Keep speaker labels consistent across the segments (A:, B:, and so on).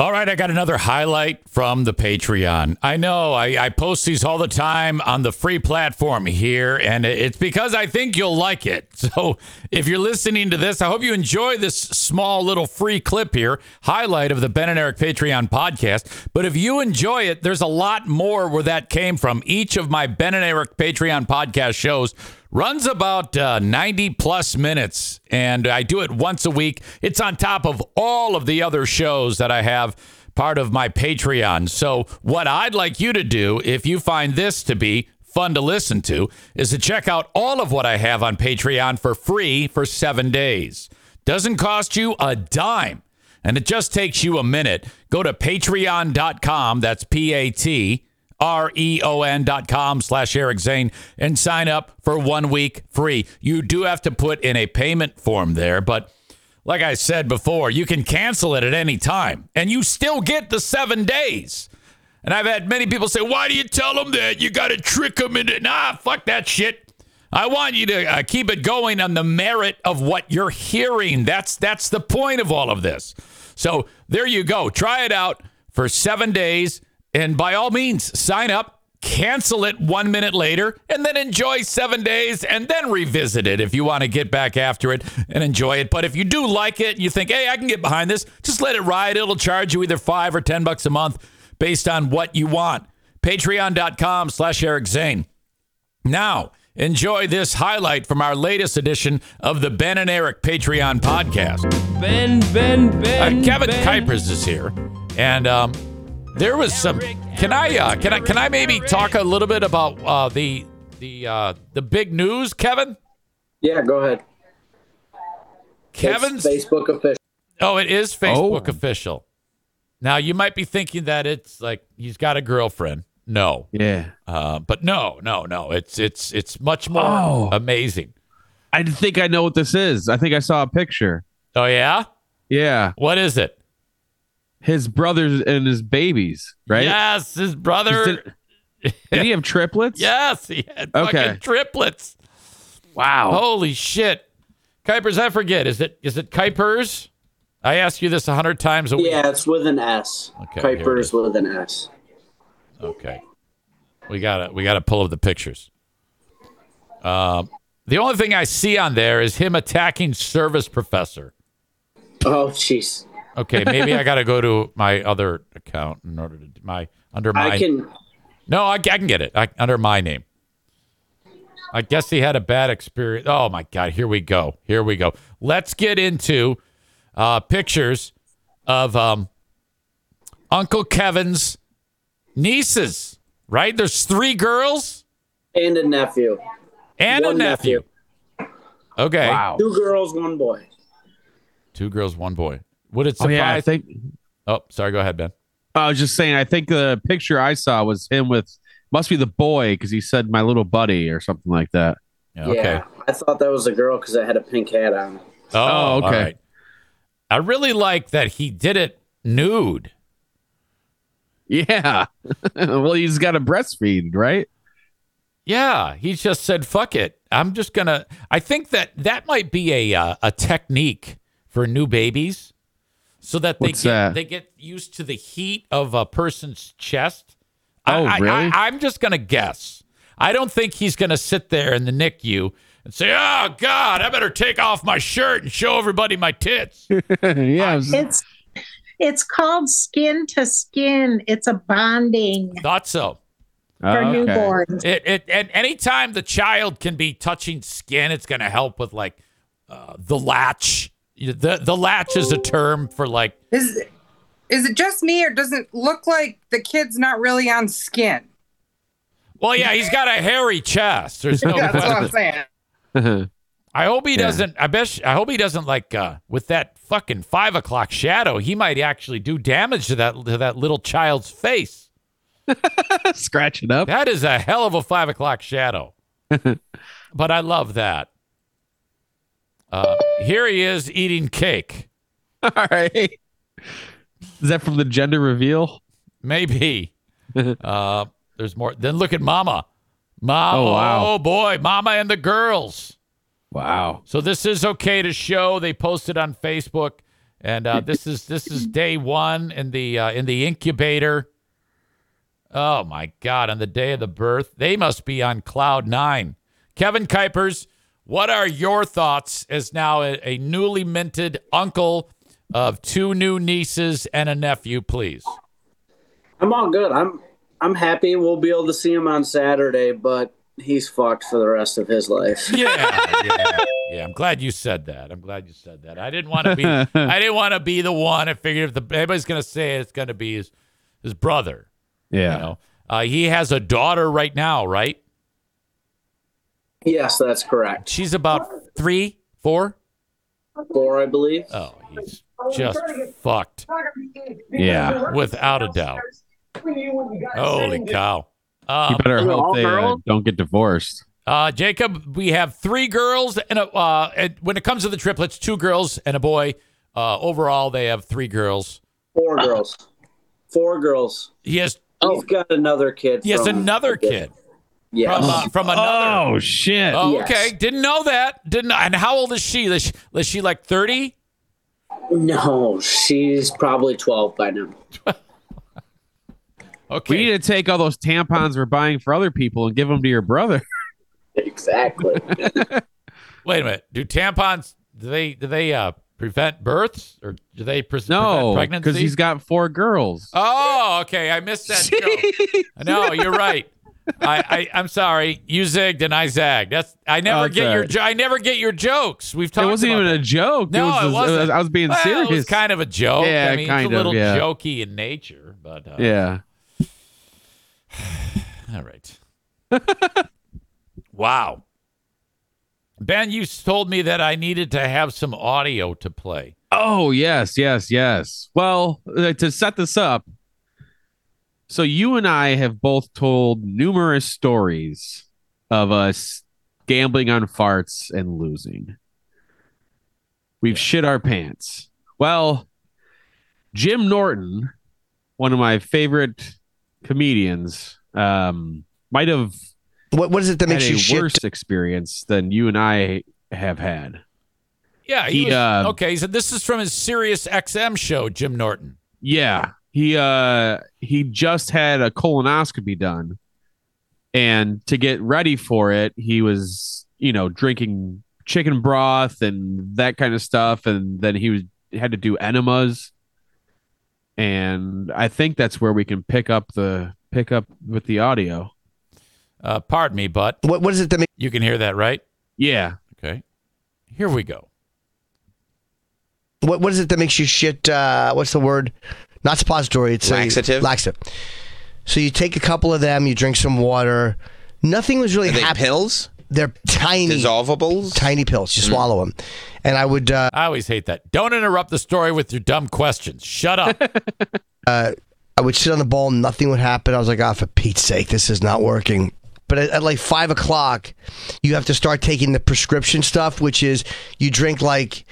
A: right, I got another highlight from the Patreon. I know I, I post these all the time on the free platform here, and it's because I think you'll like it. So if you're listening to this, I hope you enjoy this small little free clip here, highlight of the Ben and Eric Patreon podcast. But if you enjoy it, there's a lot more where that came from. Each of my Ben and Eric Patreon podcast shows runs about uh, 90 plus minutes, and I do it once a week. It's on top of all of the other shows that I have part of my Patreon. So, what I'd like you to do, if you find this to be fun to listen to, is to check out all of what I have on Patreon for free for seven days. Doesn't cost you a dime. And it just takes you a minute. Go to patreon.com. That's P A T R-E-O-N E dot com slash Eric Zane and sign up for one week free. You do have to put in a payment form there, but like I said before, you can cancel it at any time and you still get the seven days. And I've had many people say, why do you tell them that? You got to trick them into, nah, fuck that shit. I want you to uh, keep it going on the merit of what you're hearing. That's that's the point of all of this. So there you go. Try it out for seven days, and by all means, sign up. Cancel it one minute later, and then enjoy seven days, and then revisit it if you want to get back after it and enjoy it. But if you do like it and you think, hey, I can get behind this, just let it ride. It'll charge you either five or ten bucks a month based on what you want. Patreon.com slash Eric Zane. Now, enjoy this highlight from our latest edition of the Ben and Eric Patreon podcast.
B: Ben, Ben, Ben.
A: Uh, Kevin
B: ben.
A: Kuipers is here, and um, there was some. Can I uh, can I can I maybe talk a little bit about uh, the the uh, the big news, Kevin?
C: Yeah, go ahead.
A: Kevin's
C: It's Facebook official.
A: oh, it is Facebook
B: Oh.
A: official. Now you might be thinking that it's like he's got a girlfriend. No,
B: Yeah.
A: uh, but no, no, no. It's it's it's much more
B: Oh.
A: amazing.
B: I think I know what this is. I think I saw a picture.
A: Oh yeah,
B: Yeah.
A: what is it?
B: His brothers and his babies, right?
A: Yes, his
B: Is
A: brother.
B: it- Did he have triplets?
A: Yes, he had
B: Okay.
A: fucking triplets.
B: Wow.
A: Holy shit. Kuipers, I forget. Is it is it Kuipers? I ask you this a hundred times a week.
C: Yeah, it's with an S.
A: Okay, here it is.
C: Kuiper's with an S.
A: Okay. We gotta we gotta pull up the pictures. Um the only thing I see on there is him attacking service professor.
C: Oh, jeez.
A: Okay, maybe I gotta go to my other account in order to my under my
C: I can.
A: No, I, I can get it. I, under my name. I guess he had a bad experience. Oh my God! Here we go. Here we go. Let's get into uh, pictures of um, Uncle Kevin's nieces. Right? There's three girls
C: And a nephew.
A: and a
C: One
A: nephew. Okay.
B: Wow.
C: Two girls, one boy.
A: Two girls, one boy. Would it
B: Oh,
A: surprise?
B: yeah. I think
A: oh, sorry. Go ahead, Ben.
B: I was just saying, I think the picture I saw was him with, must be the boy, because he said my little buddy or something like that.
A: Yeah, okay.
C: Yeah, I thought that was a girl because I had a pink hat on.
A: Oh,
B: Oh,
A: okay.
B: okay.
A: I really like that he did it nude.
B: Yeah. well, he's got to breastfeed, right?
A: Yeah, he just said, "Fuck it, I'm just gonna." I think that that might be a uh, a technique for new babies, so that they
B: What's
A: get
B: that?
A: they get used to the heat of a person's chest. I,
B: Oh,
A: I-
B: really?
A: I, am just gonna guess. I don't think he's gonna sit there in the NICU and say, "Oh God, I better take off my shirt and show everybody my tits."
B: yeah. it was-
D: It's it's called skin to skin. It's a bonding
A: Thought so.
B: oh,
D: for
B: okay.
D: newborns.
A: It, it and anytime the child can be touching skin, it's going to help with like uh, the latch. You- The the latch is a term for like
E: Is is it just me or doesn't look like the kid's not really on skin?
A: well, yeah, he's got a hairy chest. There's no.
E: That's what I'm
A: question.
E: saying.
A: I hope he
B: Yeah.
A: doesn't. I bet. I hope he doesn't like uh, with that fucking five o'clock shadow. He might actually do damage to that to that little child's face.
B: Scratching up.
A: That is a hell of a five o'clock shadow. but I love that. Uh, here he is eating cake.
B: All right. Is that from the gender reveal?
A: Maybe. uh, there's more. Then look at Mama. Mama.
B: Oh,
A: Oh,
B: wow.
A: boy. Mama and the girls.
B: Wow.
A: So this is okay to show. They posted on Facebook And uh, this is this is day one in the uh, in the incubator. Oh my God! On the day of the birth, they must be on cloud nine. Kevin Kuipers, what are your thoughts as now a, a newly minted uncle of two new nieces and a nephew? Please.
C: I'm all good. I'm I'm happy we'll be able to see him on Saturday, but he's fucked for the rest of his life.
A: yeah, yeah, yeah. I'm glad you said that. I'm glad you said that. I didn't want to be. I didn't want to be the one. I figured if the, anybody's going to say it, it's going to be his his brother.
B: Yeah.
A: You know, uh, he has a daughter right now, right?
C: Yes, that's correct.
A: She's about three, four.
C: Four, I believe.
A: Oh, he's just fucked
B: Yeah.
A: without a doubt. Holy cow!
B: You
A: Um,
B: better
C: Well, all
B: hope they uh,
C: girls?
B: don't get divorced.
A: Uh, Jacob, we have three girls and a, uh, and when it comes to the triplets, two girls and a boy. Uh, overall, they have three girls.
C: Four girls. Four girls.
A: He has
C: He's got another
A: Oh.
C: kid.
A: he has
C: from-
A: another kid
C: Yes.
A: from uh, from another.
B: Oh shit!
A: Oh,
C: Yes.
A: okay. Didn't know that. Didn't. know- And how old is she? Is she, is she like thirty?
C: No, she's probably 12 by now.
A: Okay.
B: we need to take all those tampons we're buying for other people and give them to your brother.
C: Exactly.
A: Wait a minute. Do tampons do they do they uh prevent births or do they pre-
B: No,
A: prevent pregnancy?
B: because he's got four girls.
A: Oh, okay. I missed that joke. no, you're right. I, I I'm sorry. You zigged and I zagged. That's I never
B: That's
A: get
B: all
A: your
B: right.
A: jo- I never get your jokes. We've talked.
B: it wasn't
A: about
B: even
A: that.
B: a joke.
A: No,
B: it was,
A: it wasn't.
B: I was being
A: Well,
B: serious.
A: It was kind of a joke.
B: Yeah,
A: I mean, it's
B: kind of,
A: a little
B: yeah.
A: jokey in nature, but uh,
B: yeah.
A: All right. wow. Ben, you told me that I needed to have some audio to play.
B: Oh yes, yes, yes. Well, uh, to set this up, so you and I have both told numerous stories of us gambling on farts and losing. We've shit our pants. Well, Jim Norton, one of my favorite comedians, um, might have
F: What what is it that
B: had
F: makes
B: a
F: you shit?
B: worse experience than you and I have had.
A: Yeah, he,
B: He,
A: was-
B: uh,
A: okay. So this is from his Sirius XM show, Jim Norton.
B: Yeah. He uh he just had a colonoscopy done. And to get ready for it, he was, you know, drinking chicken broth and that kind of stuff and then he was had to do enemas. And I think that's where we can pick up the pick up with the audio.
A: Uh, pardon me, but
F: What what is it that makes
A: you can hear that, right?
B: Yeah.
A: Okay. Here we go.
F: what what is it that makes you shit? Uh, what's the word? Not suppository. It's
G: Laxative?
F: A, laxative. So you take a couple of them. You drink some water. Nothing was really
G: Are they
F: happening.
G: pills?
F: They're tiny,
G: Dissolvables?
F: tiny pills. You swallow them, and I would uh,
A: I always hate that. Don't interrupt the story with your dumb questions. Shut up.
F: I would sit on the ball. Nothing would happen. I was like, ah, for Pete's sake, this is not working. But at, at like five o'clock, you have to start taking the prescription stuff, which is you drink like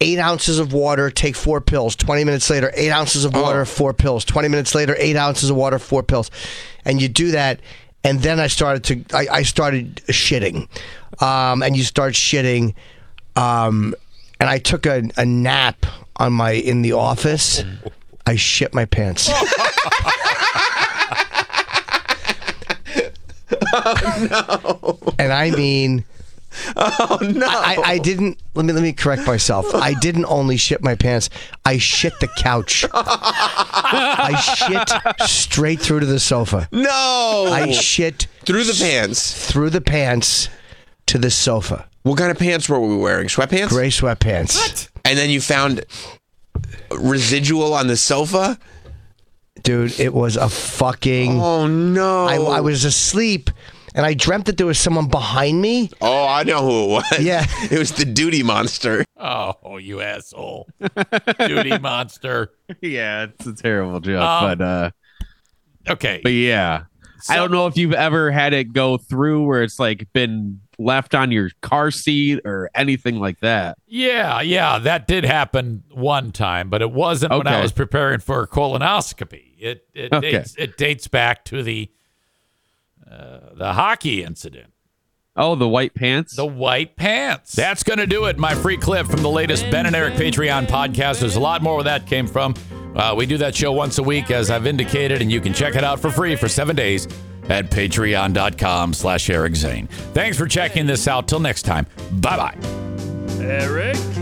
F: eight ounces of water, take four pills. 20 minutes later, eight ounces of water, four pills. 20 minutes later, eight ounces of water, four pills. And you do that. And then I started to, I, I started shitting. Um, and you start shitting. Um, and I took a, a nap on my, in the office. I shit my pants. and I mean,
G: Oh, No.
F: I, I didn't. Let me let me correct myself. I didn't only shit my pants. I shit the couch. I shit straight through to the sofa.
G: no.
F: I shit
G: Through the pants.
F: through the pants to the sofa.
G: What kind of pants were we wearing? Sweatpants?
F: Gray sweatpants.
G: And then you found residual on the sofa?
F: Dude, it was a fucking.
G: Oh, no.
F: Mm. I, I was asleep, and I dreamt that there was someone behind me.
G: Oh, I know who it was.
F: Yeah.
G: It was the duty monster.
A: oh, you asshole. Duty monster.
B: Yeah, it's a terrible joke,
A: Um,
B: but uh
A: Okay.
B: but yeah. I don't know if you've ever had it go through where it's like been left on your car seat or anything like that.
A: Yeah, yeah, that did happen one time, but it wasn't when I
B: Okay.
A: was preparing for a colonoscopy. It it
B: Okay.
A: dates it dates back to the uh, the hockey incident.
B: Oh, the white pants.
A: The white pants. That's going to do it. My free clip from the latest Ben and Eric Patreon podcast. There's a lot more where that came from. Uh, we do that show once a week, as I've indicated, and you can check it out for free for seven days at patreon.com slash Eric Zane. Thanks for checking this out. Till next time. Bye-bye.
H: Eric